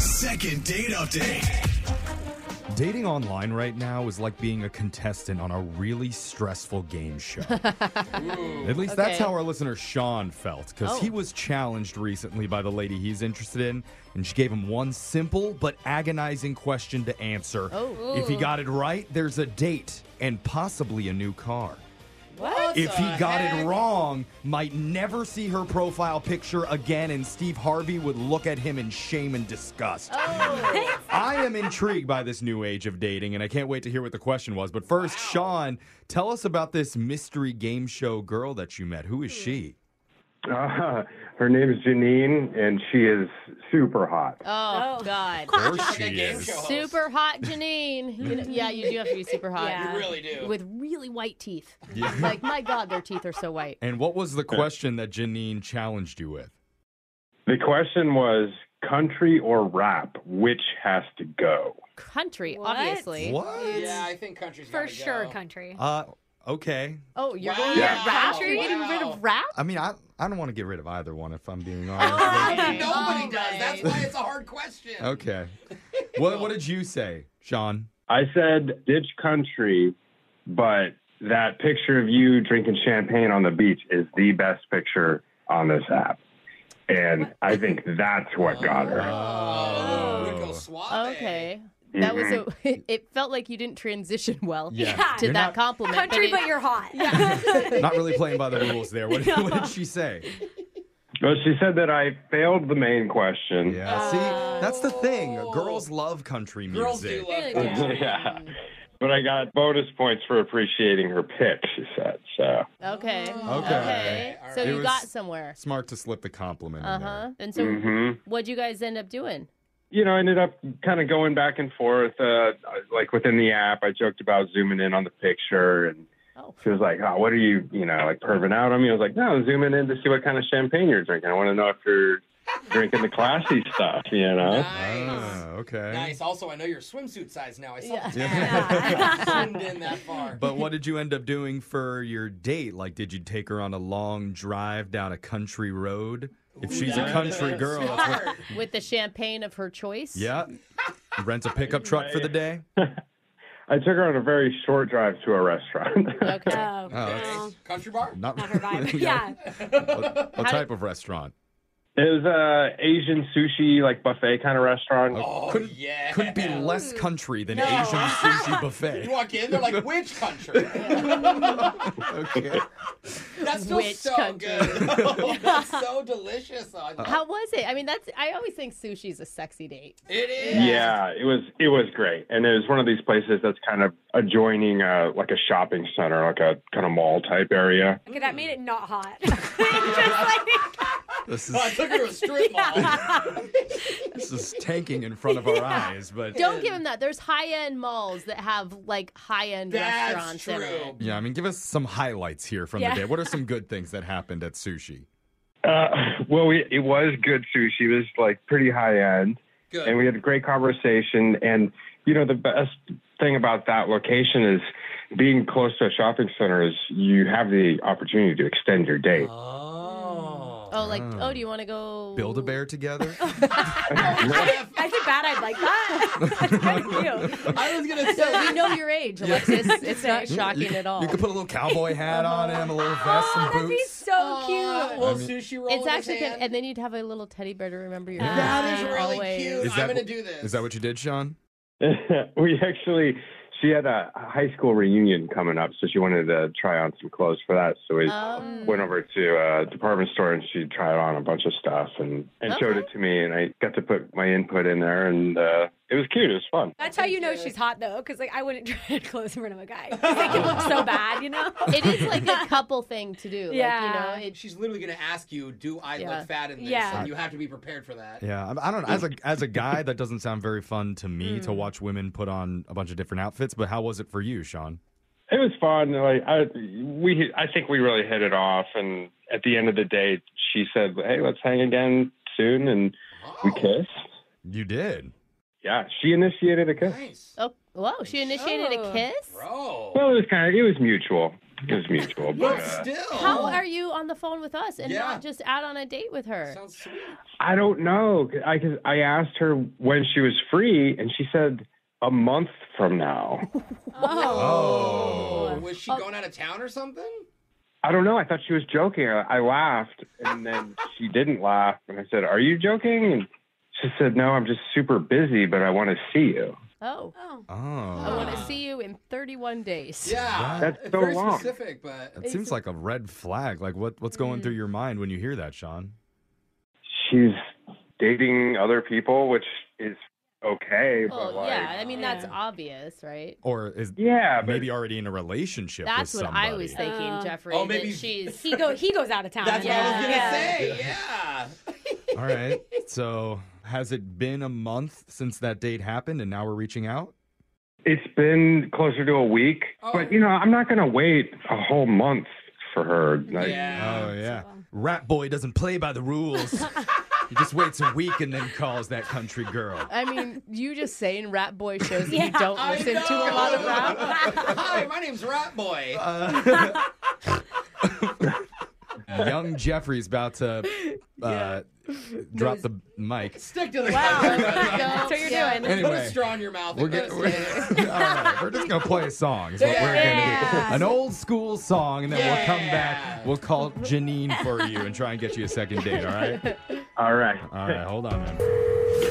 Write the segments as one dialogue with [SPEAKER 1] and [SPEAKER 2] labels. [SPEAKER 1] Second date update.
[SPEAKER 2] Dating online right now is like being a contestant on a really stressful game show. At least that's
[SPEAKER 3] Okay.
[SPEAKER 2] how our listener Sean felt, because
[SPEAKER 3] Oh.
[SPEAKER 2] he was challenged recently by the lady he's interested in, and she gave him one simple but agonizing question to answer.
[SPEAKER 3] Oh.
[SPEAKER 2] If he got it right, there's a date and possibly a new car.
[SPEAKER 3] What?
[SPEAKER 2] If he got it wrong, might never see her profile picture again, and Steve Harvey would look at him in shame and disgust.
[SPEAKER 4] Oh.
[SPEAKER 2] I am intrigued by this new age of dating, and I can't wait to hear what the question was. But first, Sean, tell us about this mystery game show girl that you met. Who is she?
[SPEAKER 5] Uh, her name is Janine, and she is super hot.
[SPEAKER 3] Oh,
[SPEAKER 4] Hmm.
[SPEAKER 3] God.
[SPEAKER 2] Of course she is.
[SPEAKER 3] Super hot Janine. You know- yeah, you do have to be super hot. You really
[SPEAKER 4] do.
[SPEAKER 3] With really white teeth.
[SPEAKER 2] Yeah.
[SPEAKER 3] Like, my God, their teeth are so white.
[SPEAKER 2] And what was the question that Janine challenged you with?
[SPEAKER 5] The question was country or rap, which has to go?
[SPEAKER 3] Country,
[SPEAKER 4] What?
[SPEAKER 3] obviously.
[SPEAKER 2] What?
[SPEAKER 4] Yeah, I think country's
[SPEAKER 6] For
[SPEAKER 4] gotta
[SPEAKER 6] sure,
[SPEAKER 4] go.
[SPEAKER 6] country.
[SPEAKER 2] Uh, okay.
[SPEAKER 3] Oh, you're
[SPEAKER 4] Wow.
[SPEAKER 3] going to
[SPEAKER 5] Yeah.
[SPEAKER 3] rap?
[SPEAKER 6] Wow.
[SPEAKER 3] You're getting rid of rap?
[SPEAKER 2] I mean, I, I don't want to get rid of either one if I'm being honest.
[SPEAKER 3] Okay. Oh,
[SPEAKER 4] Nobody
[SPEAKER 3] All
[SPEAKER 4] does. That's
[SPEAKER 3] right.
[SPEAKER 4] why it's a hard question.
[SPEAKER 2] Okay. What what did you say, Sean?
[SPEAKER 5] I said ditch country, but that picture of you drinking champagne on the beach is the best picture on this app. And I think that's what got her.
[SPEAKER 4] Oh, we go suave.
[SPEAKER 3] Okay. That was a. It felt like you didn't transition well
[SPEAKER 2] Mm-hmm. Yeah.
[SPEAKER 3] to
[SPEAKER 2] You're
[SPEAKER 3] that
[SPEAKER 2] not-
[SPEAKER 3] compliment.
[SPEAKER 6] Country,
[SPEAKER 3] but
[SPEAKER 6] but
[SPEAKER 3] it-
[SPEAKER 6] you're hot.
[SPEAKER 2] Not really playing by the rules there. What, what did she say?
[SPEAKER 5] But she said that I failed the main question.
[SPEAKER 2] Yeah. See, that's the thing.
[SPEAKER 3] Oh.
[SPEAKER 2] Girls love country music.
[SPEAKER 4] Girls do uh, love
[SPEAKER 6] Really
[SPEAKER 4] country.
[SPEAKER 5] yeah. But I got bonus points for appreciating her pick, she said. So.
[SPEAKER 3] okay.
[SPEAKER 2] Okay.
[SPEAKER 3] So
[SPEAKER 2] It
[SPEAKER 3] you
[SPEAKER 2] was- Mm-hmm.
[SPEAKER 3] got somewhere.
[SPEAKER 2] Smart to slip the compliment
[SPEAKER 3] Uh
[SPEAKER 2] in
[SPEAKER 3] huh.
[SPEAKER 2] there.
[SPEAKER 3] And so,
[SPEAKER 5] hmm
[SPEAKER 3] what'd you guys end up doing?
[SPEAKER 5] you know, I ended up kind of going back and forth. Uh, like within the app, I joked about zooming in on the picture, and
[SPEAKER 3] Oh.
[SPEAKER 5] she was like, "Oh, what are you, you know, like perving out on me?" I was like, "No, I'm zooming in to see what kind of champagne you're drinking. I want to know if you're drinking the classy stuff, you know."
[SPEAKER 4] Nice.
[SPEAKER 2] Ah, okay.
[SPEAKER 4] Nice. Also, I know your swimsuit size now. I saw
[SPEAKER 3] Yeah.
[SPEAKER 4] the tag. Zoomed in that far.
[SPEAKER 2] But what did you end up doing for your date? Like, did you take her on a long drive down a country road? If she's a country girl, that's what,
[SPEAKER 4] Smart.
[SPEAKER 3] With the champagne of her choice?
[SPEAKER 2] yeah. Rent a pickup truck for the day.
[SPEAKER 5] I took her on a very short drive to a restaurant.
[SPEAKER 3] Okay.
[SPEAKER 6] Oh,
[SPEAKER 2] that's-
[SPEAKER 4] Country bar.
[SPEAKER 2] Not,
[SPEAKER 6] Not her vibe. yeah.
[SPEAKER 2] What, what type of restaurant?
[SPEAKER 5] it was a Asian sushi like buffet kind of restaurant.
[SPEAKER 4] Oh
[SPEAKER 2] couldn't-
[SPEAKER 4] yeah.
[SPEAKER 2] Couldn't be less country than
[SPEAKER 4] No.
[SPEAKER 2] Asian sushi
[SPEAKER 4] You
[SPEAKER 2] buffet.
[SPEAKER 4] walk in, they're like, which country?
[SPEAKER 2] okay.
[SPEAKER 4] That's still
[SPEAKER 3] Which
[SPEAKER 4] so
[SPEAKER 3] country?
[SPEAKER 4] good. That's so delicious. though. I love
[SPEAKER 3] How was it? I mean, that's. I always think sushi's a sexy date.
[SPEAKER 4] It is.
[SPEAKER 5] Yeah, it was it was great, and it was one of these places that's kind of adjoining uh, like a shopping center, like a kind of mall type area.
[SPEAKER 6] Okay, that made it not hot. Just like-
[SPEAKER 2] This
[SPEAKER 4] I
[SPEAKER 2] is
[SPEAKER 4] took her to a strip mall.
[SPEAKER 2] this is tanking in front of our eyes, but
[SPEAKER 3] Don't give him that. There's high end malls that have like high end
[SPEAKER 4] That's
[SPEAKER 3] restaurants.
[SPEAKER 4] true.
[SPEAKER 3] in it.
[SPEAKER 2] yeah, I mean, give us some highlights here from
[SPEAKER 6] Yeah.
[SPEAKER 2] the day. What are some good things that happened at sushi?
[SPEAKER 5] Uh, well, we, it was good sushi. It was like pretty high end,
[SPEAKER 4] Good.
[SPEAKER 5] and we had a great conversation. And you know, the best thing about that location is being close to a shopping center is you have the opportunity to extend your date.
[SPEAKER 3] Oh, like, oh, do you want to go?
[SPEAKER 2] Mm. Build a bear together.
[SPEAKER 6] I think bad. I'd like that. That's kind of cute.
[SPEAKER 4] I was gonna
[SPEAKER 3] So we know your age, Alexis. It's not shocking at all. Oh,
[SPEAKER 2] You could put a little cowboy hat on him, a little vest, and
[SPEAKER 6] That'd be
[SPEAKER 2] boots.
[SPEAKER 6] so cute.
[SPEAKER 4] Little
[SPEAKER 2] I mean-
[SPEAKER 4] sushi roll.
[SPEAKER 3] It's
[SPEAKER 4] in his
[SPEAKER 3] actually,
[SPEAKER 4] hand.
[SPEAKER 3] kind and then you'd have a little teddy bear to remember your.
[SPEAKER 4] That
[SPEAKER 3] name
[SPEAKER 4] is really
[SPEAKER 3] always.
[SPEAKER 4] cute.
[SPEAKER 2] Is
[SPEAKER 4] I'm
[SPEAKER 2] that-
[SPEAKER 4] gonna do this.
[SPEAKER 2] Is that what you did, Sean?
[SPEAKER 5] we actually, she had a high school reunion coming up, so she wanted to try on some clothes for that. So we
[SPEAKER 3] Um,
[SPEAKER 5] went over to a department store and she tried on a bunch of stuff and, and showed it to me, and I got to put my input in there, and uh, it was cute. It was fun.
[SPEAKER 6] That's how you know she's hot though, because like I wouldn't try to close in front of a guy. 'Cause, Like it looks so bad, you know.
[SPEAKER 3] it is like a couple thing to do.
[SPEAKER 6] Yeah.
[SPEAKER 3] Like, you know, it,
[SPEAKER 4] She's literally gonna ask you, "Do I
[SPEAKER 3] Yeah.
[SPEAKER 4] look fat in this?"
[SPEAKER 6] Yeah.
[SPEAKER 4] And you have to be prepared for that.
[SPEAKER 2] Yeah, I, I don't. As a as a guy, that doesn't sound very fun to me to watch women put on a bunch of different outfits. But how was it for you, Sean?
[SPEAKER 5] It was fun. Like I, we, I think we really hit it off. And at the end of the day, she said, "Hey, let's hang again soon," and
[SPEAKER 4] Oh,
[SPEAKER 5] we kissed.
[SPEAKER 2] You did.
[SPEAKER 5] Yeah, she initiated a kiss.
[SPEAKER 4] Nice,
[SPEAKER 3] oh, whoa! She initiated a
[SPEAKER 6] Oh.
[SPEAKER 3] kiss.
[SPEAKER 4] bro.
[SPEAKER 5] Well, it was kind of, it was mutual. It was mutual, but
[SPEAKER 4] But
[SPEAKER 5] uh,
[SPEAKER 4] still,
[SPEAKER 3] How are you on the phone with us and
[SPEAKER 4] Yeah.
[SPEAKER 3] not just out on a date with her?
[SPEAKER 4] sounds sweet.
[SPEAKER 5] I don't know. I 'cause I asked her when she was free, and she said a month from now.
[SPEAKER 2] Oh.
[SPEAKER 4] Was she going out of town or something?
[SPEAKER 5] I don't know. I thought she was joking. I, I laughed, and then she didn't laugh. And I said, "Are you joking?" And she said, "No, I'm just super busy, but I want to see you."
[SPEAKER 3] oh,
[SPEAKER 2] Oh.
[SPEAKER 3] I want to see you in 31 days.
[SPEAKER 4] Yeah,
[SPEAKER 5] That's so
[SPEAKER 4] very
[SPEAKER 5] long.
[SPEAKER 4] specific, but
[SPEAKER 2] That seems like a red flag. Like what what's going through your mind when you hear that, Sean?
[SPEAKER 5] she's dating other people, which is okay.
[SPEAKER 3] Well,
[SPEAKER 5] but like,
[SPEAKER 3] yeah. I mean, that's
[SPEAKER 6] Yeah.
[SPEAKER 3] obvious, right?
[SPEAKER 2] Or is
[SPEAKER 5] yeah, but
[SPEAKER 2] maybe already in a relationship
[SPEAKER 3] That's
[SPEAKER 2] with
[SPEAKER 3] what
[SPEAKER 2] somebody?
[SPEAKER 3] I was thinking,
[SPEAKER 6] Uh,
[SPEAKER 3] Jeffrey.
[SPEAKER 4] Oh, maybe-
[SPEAKER 3] that she's.
[SPEAKER 6] He go. He goes out of town.
[SPEAKER 4] that's what I was gonna
[SPEAKER 6] Yeah.
[SPEAKER 4] say. Yeah.
[SPEAKER 2] All right. So has it been a month since that date happened and now we're reaching out?
[SPEAKER 5] it's been closer to a week.
[SPEAKER 4] Oh.
[SPEAKER 5] But you know, I'm not gonna wait a whole month for her. Like,
[SPEAKER 4] Yeah.
[SPEAKER 2] oh yeah. Rat boy doesn't play by the rules. he just waits a week and then calls that country girl.
[SPEAKER 3] I mean, you just saying Rat Boy shows that you
[SPEAKER 6] Yeah.
[SPEAKER 3] don't
[SPEAKER 4] I
[SPEAKER 3] listen
[SPEAKER 4] know.
[SPEAKER 3] to a lot of rap.
[SPEAKER 4] Hi, my name's Rat Boy.
[SPEAKER 2] Young Jeffrey's about to uh, drop the mic.
[SPEAKER 4] Stick to the wow.
[SPEAKER 6] That's what you're
[SPEAKER 3] Yeah.
[SPEAKER 6] doing.
[SPEAKER 4] Put
[SPEAKER 2] Anyway,
[SPEAKER 4] a straw in your mouth.
[SPEAKER 2] we're,
[SPEAKER 4] and
[SPEAKER 2] get,
[SPEAKER 4] let us
[SPEAKER 2] we're,
[SPEAKER 4] say it.
[SPEAKER 2] all right, we're just gonna play a song. Is what we're gonna
[SPEAKER 6] Yeah.
[SPEAKER 2] do. An old school song, and then we'll come back.
[SPEAKER 4] Yeah.
[SPEAKER 2] We'll call Janine for you and try and get you a second date. All right.
[SPEAKER 5] all right.
[SPEAKER 2] All right. Hold on, man.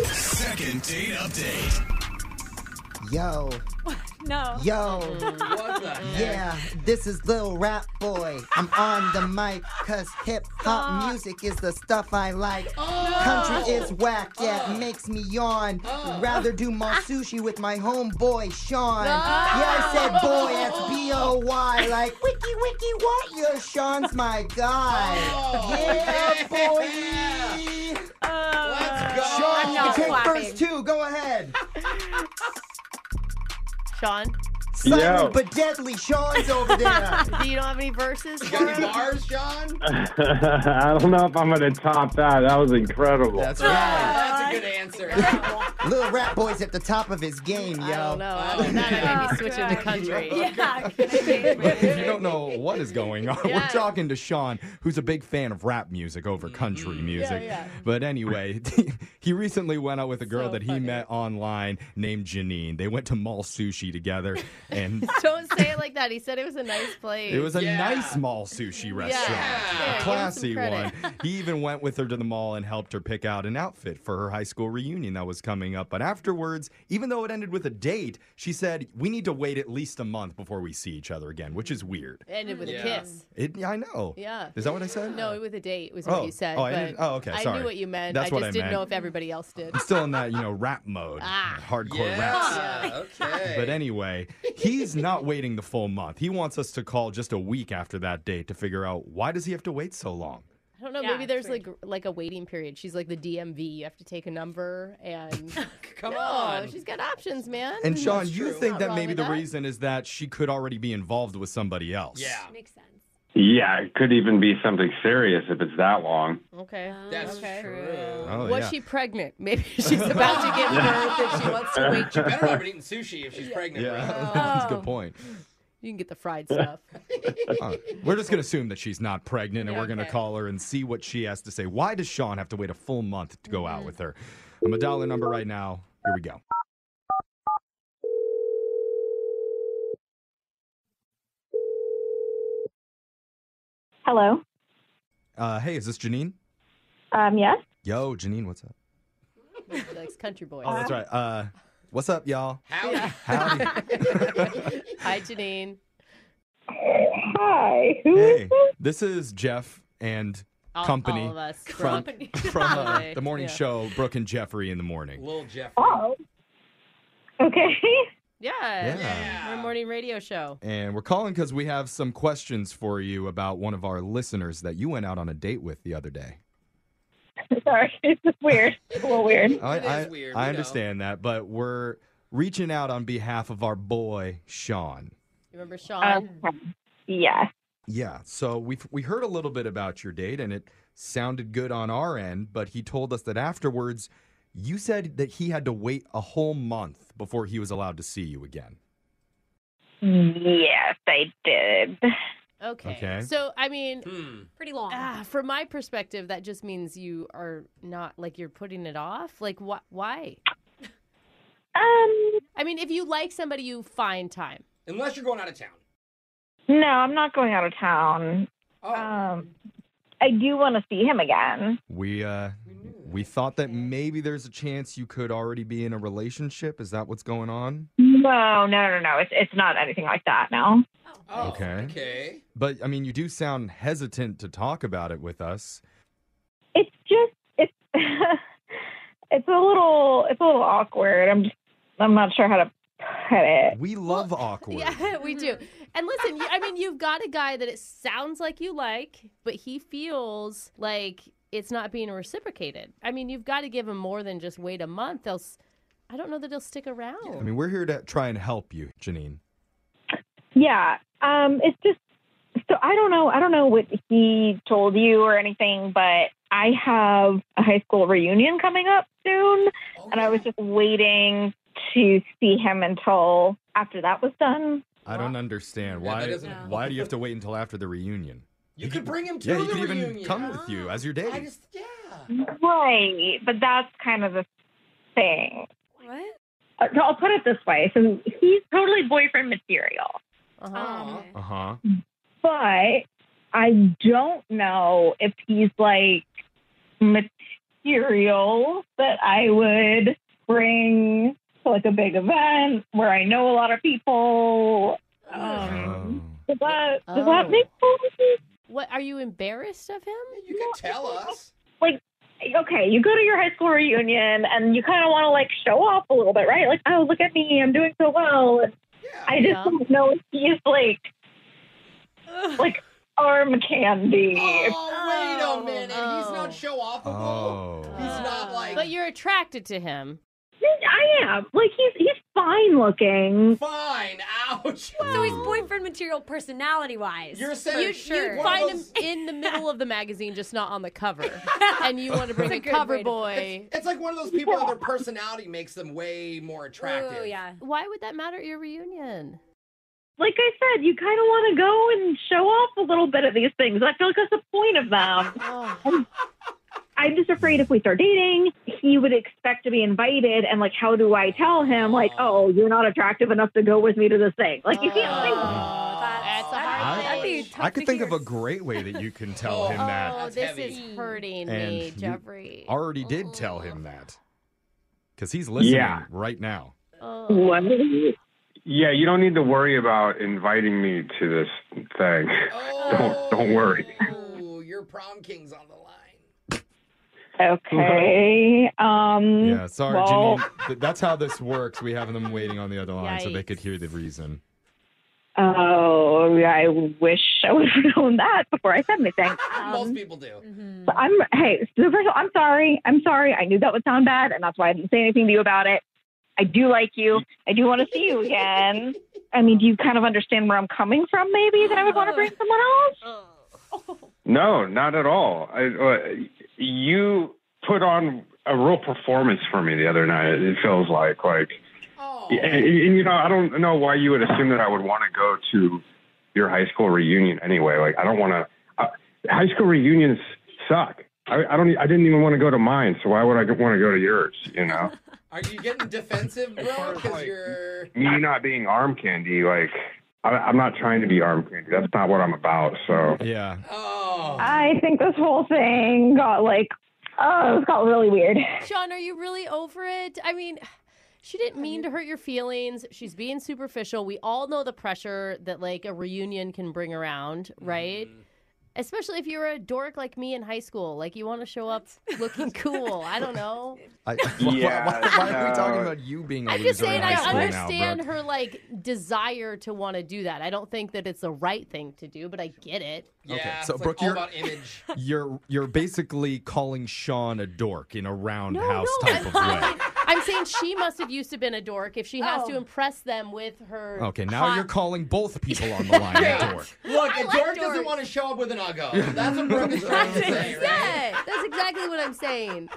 [SPEAKER 1] Second date update.
[SPEAKER 7] Yo,
[SPEAKER 6] No.
[SPEAKER 7] yo,
[SPEAKER 4] What the heck?
[SPEAKER 7] yeah, this is Lil Rap Boy. I'm on the mic, cause hip
[SPEAKER 4] Uh.
[SPEAKER 7] hop music is the stuff I like.
[SPEAKER 4] Oh.
[SPEAKER 7] Country is whack, yeah, it makes me yawn.
[SPEAKER 4] Oh.
[SPEAKER 7] Rather do
[SPEAKER 4] Ah.
[SPEAKER 7] my sushi with my homeboy Sean. Yeah, I said boy,
[SPEAKER 4] Oh.
[SPEAKER 7] that's B O Y. Like, wiki wiki, what? Your Sean's my guy.
[SPEAKER 4] Oh.
[SPEAKER 7] yeah, boy.
[SPEAKER 4] Let's go.
[SPEAKER 7] Sean, you can
[SPEAKER 6] not
[SPEAKER 7] take
[SPEAKER 6] clapping.
[SPEAKER 7] first two, go ahead.
[SPEAKER 3] Sean,
[SPEAKER 7] Silent
[SPEAKER 5] Yo.
[SPEAKER 7] but deadly, Sean's over there.
[SPEAKER 3] do you don't have any verses
[SPEAKER 4] You
[SPEAKER 3] for
[SPEAKER 4] got any
[SPEAKER 3] us?
[SPEAKER 4] bars, Sean?
[SPEAKER 5] I don't know if I'm gonna top that. That was incredible.
[SPEAKER 2] That's
[SPEAKER 4] Oh,
[SPEAKER 2] right.
[SPEAKER 4] that's a good answer.
[SPEAKER 7] Little Rat Boy's at the top of his game, yo.
[SPEAKER 3] I don't know. I
[SPEAKER 4] Oh,
[SPEAKER 3] don't know. That might be switching to country.
[SPEAKER 6] Yeah. Can I change my-
[SPEAKER 2] If you don't know what is going on, we're
[SPEAKER 3] Yeah.
[SPEAKER 2] talking to Sean, who's a big fan of rap music over country
[SPEAKER 4] Mm-hmm.
[SPEAKER 2] music.
[SPEAKER 3] yeah.
[SPEAKER 2] But anyway, he recently went out with a girl
[SPEAKER 3] So
[SPEAKER 2] that he
[SPEAKER 3] funny.
[SPEAKER 2] met online named Janine. They went to mall sushi together, and
[SPEAKER 3] Don't say it like that. He said it was a nice place.
[SPEAKER 2] It was a
[SPEAKER 4] Yeah.
[SPEAKER 2] nice mall sushi restaurant,
[SPEAKER 3] Yeah, give
[SPEAKER 2] a
[SPEAKER 3] him
[SPEAKER 2] classy
[SPEAKER 3] some
[SPEAKER 2] one.
[SPEAKER 3] credit.
[SPEAKER 2] He even went with her to the mall and helped her pick out an outfit for her high school reunion that was coming up. But afterwards, even though it ended with a date, she said, "We need to wait at least a month before we see each other again," which is weird.
[SPEAKER 3] ended with
[SPEAKER 4] Yeah.
[SPEAKER 3] a kiss.
[SPEAKER 2] It, I know.
[SPEAKER 3] Yeah.
[SPEAKER 2] Is that what I said?
[SPEAKER 3] No, with a date was
[SPEAKER 2] Oh.
[SPEAKER 3] what you said.
[SPEAKER 2] Oh, I
[SPEAKER 3] but
[SPEAKER 2] didn't- oh, okay,
[SPEAKER 3] I
[SPEAKER 2] sorry.
[SPEAKER 3] knew what you meant.
[SPEAKER 2] That's
[SPEAKER 3] I just
[SPEAKER 2] what I
[SPEAKER 3] didn't know
[SPEAKER 2] meant.
[SPEAKER 3] if everybody else did.
[SPEAKER 2] I'm still in that you know rap mode, hardcore rap.
[SPEAKER 4] Yeah. Okay.
[SPEAKER 2] But anyway, he's not waiting the full month. He wants us to call just a week after that date to figure out why does he have to wait so long.
[SPEAKER 3] I don't know.
[SPEAKER 6] Yeah,
[SPEAKER 3] maybe there's
[SPEAKER 6] it's
[SPEAKER 3] like like a waiting period. She's like the DMV. You have to take a number and
[SPEAKER 4] Come
[SPEAKER 3] oh,
[SPEAKER 4] on.
[SPEAKER 3] she's got options, man.
[SPEAKER 2] And Sean,
[SPEAKER 4] That's
[SPEAKER 2] you
[SPEAKER 4] true.
[SPEAKER 2] think
[SPEAKER 3] Mm, Not
[SPEAKER 2] that
[SPEAKER 3] wrong
[SPEAKER 2] maybe
[SPEAKER 3] with
[SPEAKER 2] the
[SPEAKER 3] that.
[SPEAKER 2] reason is that she could already be involved with somebody else.
[SPEAKER 4] Yeah.
[SPEAKER 6] Makes sense.
[SPEAKER 5] Yeah, it could even be something serious if it's that long.
[SPEAKER 3] Okay.
[SPEAKER 4] That's true.
[SPEAKER 5] Oh,
[SPEAKER 3] Was
[SPEAKER 5] yeah.
[SPEAKER 3] she pregnant? Maybe she's about to give birth and she wants to wait.
[SPEAKER 4] She better not be eating sushi if she's pregnant.
[SPEAKER 2] Yeah,
[SPEAKER 4] right?
[SPEAKER 2] that's a good point.
[SPEAKER 3] You can get the fried stuff.
[SPEAKER 2] Uh, we're just going to assume that she's not pregnant and we're going to call her and see what she has to say. Why does Sean have to wait a full month to go out with her? I'm a dollar number right now. Here we go.
[SPEAKER 8] Hello.
[SPEAKER 2] Uh, hey, is this Janine?
[SPEAKER 8] Um, yes.
[SPEAKER 2] Yo, Janine, what's up?
[SPEAKER 3] She likes country boys.
[SPEAKER 2] Oh, that's right. Uh, what's up, y'all?
[SPEAKER 3] Hi, Janine.
[SPEAKER 8] Hi.
[SPEAKER 2] Hey, this is Jeff and
[SPEAKER 3] All-
[SPEAKER 2] company
[SPEAKER 3] all of us.
[SPEAKER 2] from,
[SPEAKER 3] Company.
[SPEAKER 2] from uh,
[SPEAKER 3] Company.
[SPEAKER 2] the morning
[SPEAKER 3] Yeah.
[SPEAKER 2] show, Brooke and Jeffrey in the morning.
[SPEAKER 4] Little Jeff.
[SPEAKER 8] Oh. Okay.
[SPEAKER 3] Yeah.
[SPEAKER 2] Yeah.
[SPEAKER 3] We're a morning radio show.
[SPEAKER 2] And we're calling because we have some questions for you about one of our listeners that you went out on a date with the other day.
[SPEAKER 8] Sorry. It's just weird. It's a little weird.
[SPEAKER 2] I, I, I understand that, but we're reaching out on behalf of our boy Sean.
[SPEAKER 3] You remember Sean?
[SPEAKER 8] yeah.
[SPEAKER 2] Yeah. So we we heard a little bit about your date, and it sounded good on our end. But he told us that afterwards, you said that he had to wait a whole month before he was allowed to see you again.
[SPEAKER 8] Yes, I did.
[SPEAKER 3] Okay.
[SPEAKER 2] Okay.
[SPEAKER 3] So, I mean,
[SPEAKER 8] Hmm.
[SPEAKER 4] Hmm.
[SPEAKER 6] pretty long.
[SPEAKER 3] ah, from my perspective, that just means you are not like you're putting it off. Like, wh- why?
[SPEAKER 8] Um,
[SPEAKER 3] I mean, if you like somebody, you find time.
[SPEAKER 4] Unless you're going out of town.
[SPEAKER 8] No, I'm not going out of town. Um, I do want to see him again.
[SPEAKER 2] We uh, we thought that maybe there's a chance you could already be in a relationship. Is that what's going on?
[SPEAKER 8] No, no, no, no. It's it's not anything like that. No.
[SPEAKER 2] okay.
[SPEAKER 4] Oh, Okay.
[SPEAKER 2] But I mean, you do sound hesitant to talk about it with us.
[SPEAKER 8] It's just it's it's a little it's a little awkward. I'm just I'm not sure how to put
[SPEAKER 4] Eh,
[SPEAKER 8] it.
[SPEAKER 2] We love awkward.
[SPEAKER 3] Yeah, we do.
[SPEAKER 8] Mm-hmm.
[SPEAKER 3] And listen, you- I mean, you've got a guy that it sounds like you like, but he feels like it's not being reciprocated. I mean, you've got to give him more than just wait a month. Else, I don't know that he'll stick around.
[SPEAKER 2] I mean, we're here to try and help you, Janine.
[SPEAKER 8] Yeah. Um. It's just so I don't know. I don't know what he told you or anything, but I have a high school reunion coming up soon, and I was just waiting to see him until after that was done.
[SPEAKER 2] I don't understand
[SPEAKER 4] Yeah,
[SPEAKER 2] why.
[SPEAKER 4] that doesn't-
[SPEAKER 2] Why do you have to wait until after the reunion?
[SPEAKER 4] You could bring him to
[SPEAKER 2] yeah,
[SPEAKER 4] the
[SPEAKER 2] he could
[SPEAKER 4] reunion.
[SPEAKER 2] even come with you as your date.
[SPEAKER 4] I just, yeah.
[SPEAKER 8] Right, but that's kind of the thing.
[SPEAKER 6] What?
[SPEAKER 8] Uh, I'll put it this way: so he's totally boyfriend material, Um,
[SPEAKER 6] Uh-huh.
[SPEAKER 2] Uh huh.
[SPEAKER 8] but I don't know if he's like material that I would bring to like a big event where I know a lot of people. Um, Does that does
[SPEAKER 3] Oh.
[SPEAKER 8] that make sense?
[SPEAKER 3] What are you embarrassed of him?
[SPEAKER 4] You could tell us.
[SPEAKER 8] Like. Okay, you go to your high school reunion and you kind of want to like show off a little bit, right? Like, oh, look at me, I'm doing so well. And I just
[SPEAKER 3] Yeah.
[SPEAKER 8] don't know if he's like like arm candy.
[SPEAKER 4] Oh, wait a minute. He's
[SPEAKER 3] Oh.
[SPEAKER 4] not show offable.
[SPEAKER 2] Oh.
[SPEAKER 4] He's not like
[SPEAKER 3] But you're attracted to him.
[SPEAKER 8] I am like he's he's fine looking.
[SPEAKER 4] fine. Ouch.
[SPEAKER 6] So he's boyfriend material personality wise.
[SPEAKER 4] You're saying
[SPEAKER 3] you
[SPEAKER 4] sure.
[SPEAKER 3] you find him in the middle of the magazine, just not on the cover. and you want to bring a,
[SPEAKER 6] That's a good
[SPEAKER 3] cover
[SPEAKER 6] way to-
[SPEAKER 3] boy.
[SPEAKER 4] It's like one of those people where their personality makes them way more attractive.
[SPEAKER 6] Ooh, yeah.
[SPEAKER 3] Why would that matter at your reunion?
[SPEAKER 8] Like I said, you kind of want to go and show off a little bit of these things. I feel like that's the point of them.
[SPEAKER 3] Oh,
[SPEAKER 8] I'm just afraid if we start dating, he would expect to be invited, and like, how do I tell him like, oh, you're not attractive enough to go with me to this thing? Like, you
[SPEAKER 4] uh,
[SPEAKER 8] can't think.
[SPEAKER 3] Oh, that's a hard
[SPEAKER 2] I-
[SPEAKER 3] thing.
[SPEAKER 6] That'd be tough
[SPEAKER 2] I could
[SPEAKER 6] to
[SPEAKER 2] think
[SPEAKER 6] hear.
[SPEAKER 2] of a great way that you can tell
[SPEAKER 4] Oh.
[SPEAKER 2] him
[SPEAKER 3] Oh,
[SPEAKER 2] that.
[SPEAKER 4] That's
[SPEAKER 3] this
[SPEAKER 4] heavy.
[SPEAKER 3] is hurting
[SPEAKER 2] And
[SPEAKER 3] me,
[SPEAKER 2] you
[SPEAKER 3] Jeffrey.
[SPEAKER 2] Already did tell him that. Because he's listening
[SPEAKER 5] Yeah.
[SPEAKER 2] right now.
[SPEAKER 3] Oh.
[SPEAKER 8] What?
[SPEAKER 5] Yeah, you don't need to worry about inviting me to this thing.
[SPEAKER 4] Oh,
[SPEAKER 5] Don't- don't worry.
[SPEAKER 4] Ooh, your prom king's on the line.
[SPEAKER 8] Okay.
[SPEAKER 3] Mm.
[SPEAKER 8] Um.
[SPEAKER 2] Yeah, sorry,
[SPEAKER 8] well,
[SPEAKER 2] Janine. Th- That's how this works. We have them waiting on the other line so they
[SPEAKER 3] Yikes.
[SPEAKER 2] could hear the reason.
[SPEAKER 8] Oh, I wish I would have known that before I said anything.
[SPEAKER 4] Most
[SPEAKER 8] Um,
[SPEAKER 4] people do.
[SPEAKER 8] but I'm hey, so first of all, I'm sorry. I'm sorry. I knew that would sound bad, and that's why I didn't say anything to you about it. I do like you. I do want to see you again. I mean, do you kind of understand where I'm coming from? Maybe that I would want to bring someone else.
[SPEAKER 5] No, not at all. I, uh, you put on a real performance for me the other night. It feels like like, and, and, you know, I don't know why you would assume that I would want to go to your high school reunion anyway. Like, I don't want to. Uh, high school reunions suck. I, I don't. e, I didn't even want to go to mine. So why would I want to go to yours? You know,
[SPEAKER 4] Are you getting defensive, bro? Because you're.
[SPEAKER 5] me not being arm candy. Like, I, I'm not trying to be arm candy. That's not what I'm about. So
[SPEAKER 2] yeah.
[SPEAKER 8] I think this whole thing got like, oh, it got really weird.
[SPEAKER 3] Sean, are you really over it? I mean, she didn't mean to hurt your feelings. She's being superficial. We all know the pressure that like a reunion can bring around, right? Especially if you're a dork like me in high school. Like you want to show up looking cool. I don't know.
[SPEAKER 2] I,
[SPEAKER 5] Yeah,
[SPEAKER 2] why, why, why are we
[SPEAKER 5] no.
[SPEAKER 2] talking about you being a
[SPEAKER 3] I'm
[SPEAKER 2] loser
[SPEAKER 3] just saying
[SPEAKER 2] in
[SPEAKER 3] I
[SPEAKER 2] high school
[SPEAKER 3] understand
[SPEAKER 2] now, Brooke?
[SPEAKER 3] her like desire to want to do that. I don't think that it's the right thing to do, but I get it.
[SPEAKER 2] Okay, so Brooke, you're, you're you're basically calling Sean a dork in a roundhouse type of way.
[SPEAKER 3] I'm saying she must have used to been a dork if she has to impress them with her.
[SPEAKER 2] Okay, now you're calling both people on the line a dork.
[SPEAKER 4] Look,
[SPEAKER 3] I
[SPEAKER 4] a
[SPEAKER 3] like
[SPEAKER 4] dork doesn't
[SPEAKER 3] dorks.
[SPEAKER 4] want to show up with an uggo. That's what Brooke is trying to say, right?
[SPEAKER 3] Yeah, that's exactly what I'm saying.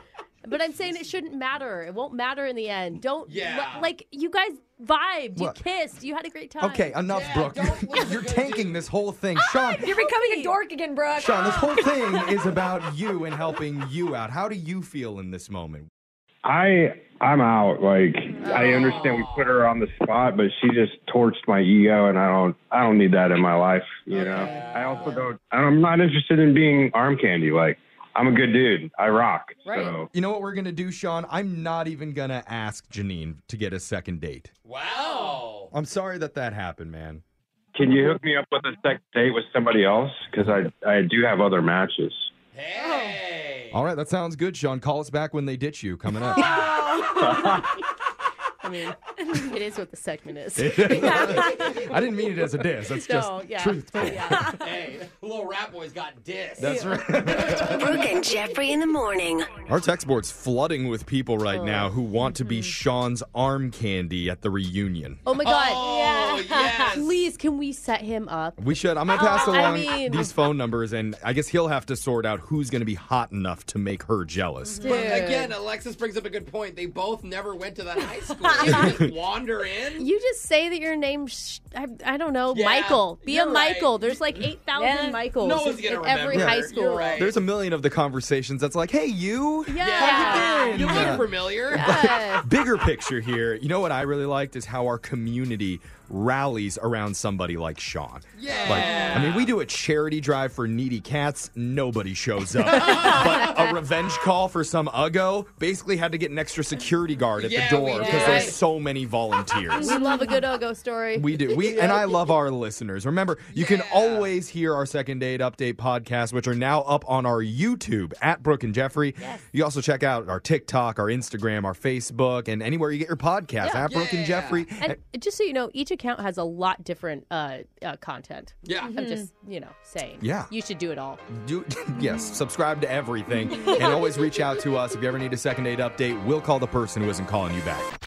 [SPEAKER 3] But I'm saying it shouldn't matter. It won't matter in the end. Don't
[SPEAKER 2] Yeah.
[SPEAKER 3] li- like you guys vibed,
[SPEAKER 2] What?
[SPEAKER 3] you kissed, you had a great time.
[SPEAKER 2] Okay, enough, Brooke. You're tanking this whole thing, Sean.
[SPEAKER 6] You're becoming a dork again, Brooke.
[SPEAKER 2] Sean, this whole thing is about you and helping you out. How do you feel in this moment?
[SPEAKER 5] I I'm out. Like I understand we put her on the spot, but she just torched my ego, and I don't I don't need that in my life. You know. I also don't. And I'm not interested in being arm candy. Like I'm a good dude. I rock. So
[SPEAKER 2] You know what we're going to do, Sean? I'm not even going to ask Janine to get a second date.
[SPEAKER 4] Wow.
[SPEAKER 2] I'm sorry that that happened, man.
[SPEAKER 5] can you hook me up with a second date with somebody else? Because I I do have other matches.
[SPEAKER 2] All right, that sounds good, Sean. Call us back when they ditch you coming up.
[SPEAKER 3] I mean, it is what the segment is.
[SPEAKER 2] I didn't mean it as a diss. That's
[SPEAKER 3] No,
[SPEAKER 2] just
[SPEAKER 3] yeah,
[SPEAKER 2] truthful.
[SPEAKER 4] hey, little rap boys got dissed.
[SPEAKER 2] That's right.
[SPEAKER 9] Brooke and Jeffrey in the morning.
[SPEAKER 2] Our text board's flooding with people right now who want to
[SPEAKER 9] Mm-hmm.
[SPEAKER 2] be Sean's arm candy at the reunion.
[SPEAKER 3] Oh my god. yeah. Please, can we set him up?
[SPEAKER 2] We should. I'm going to pass
[SPEAKER 3] Oh, I
[SPEAKER 2] along
[SPEAKER 3] mean-
[SPEAKER 2] these phone numbers, and I guess he'll have to sort out who's going to be hot enough to make her
[SPEAKER 3] Mm-hmm.
[SPEAKER 2] jealous.
[SPEAKER 4] But again, Alexis brings up a good point. They both never went to that high school. You just wander in.
[SPEAKER 3] You just say that your name's sh- I, I don't know
[SPEAKER 4] Yeah,
[SPEAKER 3] Michael. Be a
[SPEAKER 4] you're right.
[SPEAKER 3] Michael. There's like eight thousand
[SPEAKER 4] Yeah.
[SPEAKER 3] Michaels
[SPEAKER 4] No one's gonna
[SPEAKER 3] in every
[SPEAKER 4] remember.
[SPEAKER 3] high
[SPEAKER 4] You're
[SPEAKER 3] school.
[SPEAKER 2] There's a million of the conversations that's like, hey, you.
[SPEAKER 3] Yeah.
[SPEAKER 2] you look Yeah.
[SPEAKER 4] familiar.
[SPEAKER 2] Bigger picture here, you know what I really liked is how our community rallies around somebody like Sean. Yeah. Like, I mean, we do a charity drive for needy cats, nobody shows up. but a revenge call for some uggo basically had to get an extra security guard at
[SPEAKER 3] Yeah,
[SPEAKER 2] the
[SPEAKER 3] we
[SPEAKER 2] door
[SPEAKER 3] did.
[SPEAKER 2] because
[SPEAKER 3] Right.
[SPEAKER 2] there's so many volunteers.
[SPEAKER 3] We love a good Ogo story.
[SPEAKER 2] We do. We and I love our listeners. Remember, you can always hear our second date update podcasts, which are now up on our YouTube at Brooke and Jeffrey. You also check out our TikTok, our Instagram, our Facebook, and anywhere you get your podcast at Brooke and Jeffrey.
[SPEAKER 3] And just so you know, each account has a lot different uh, uh, content.
[SPEAKER 2] Yeah.
[SPEAKER 3] I'm just, you know, saying.
[SPEAKER 2] Yeah.
[SPEAKER 3] You should do it all.
[SPEAKER 2] Do, yes, subscribe to everything, and always reach out to us if you ever need a second date update. We'll call the person who isn't calling you back.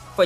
[SPEAKER 10] for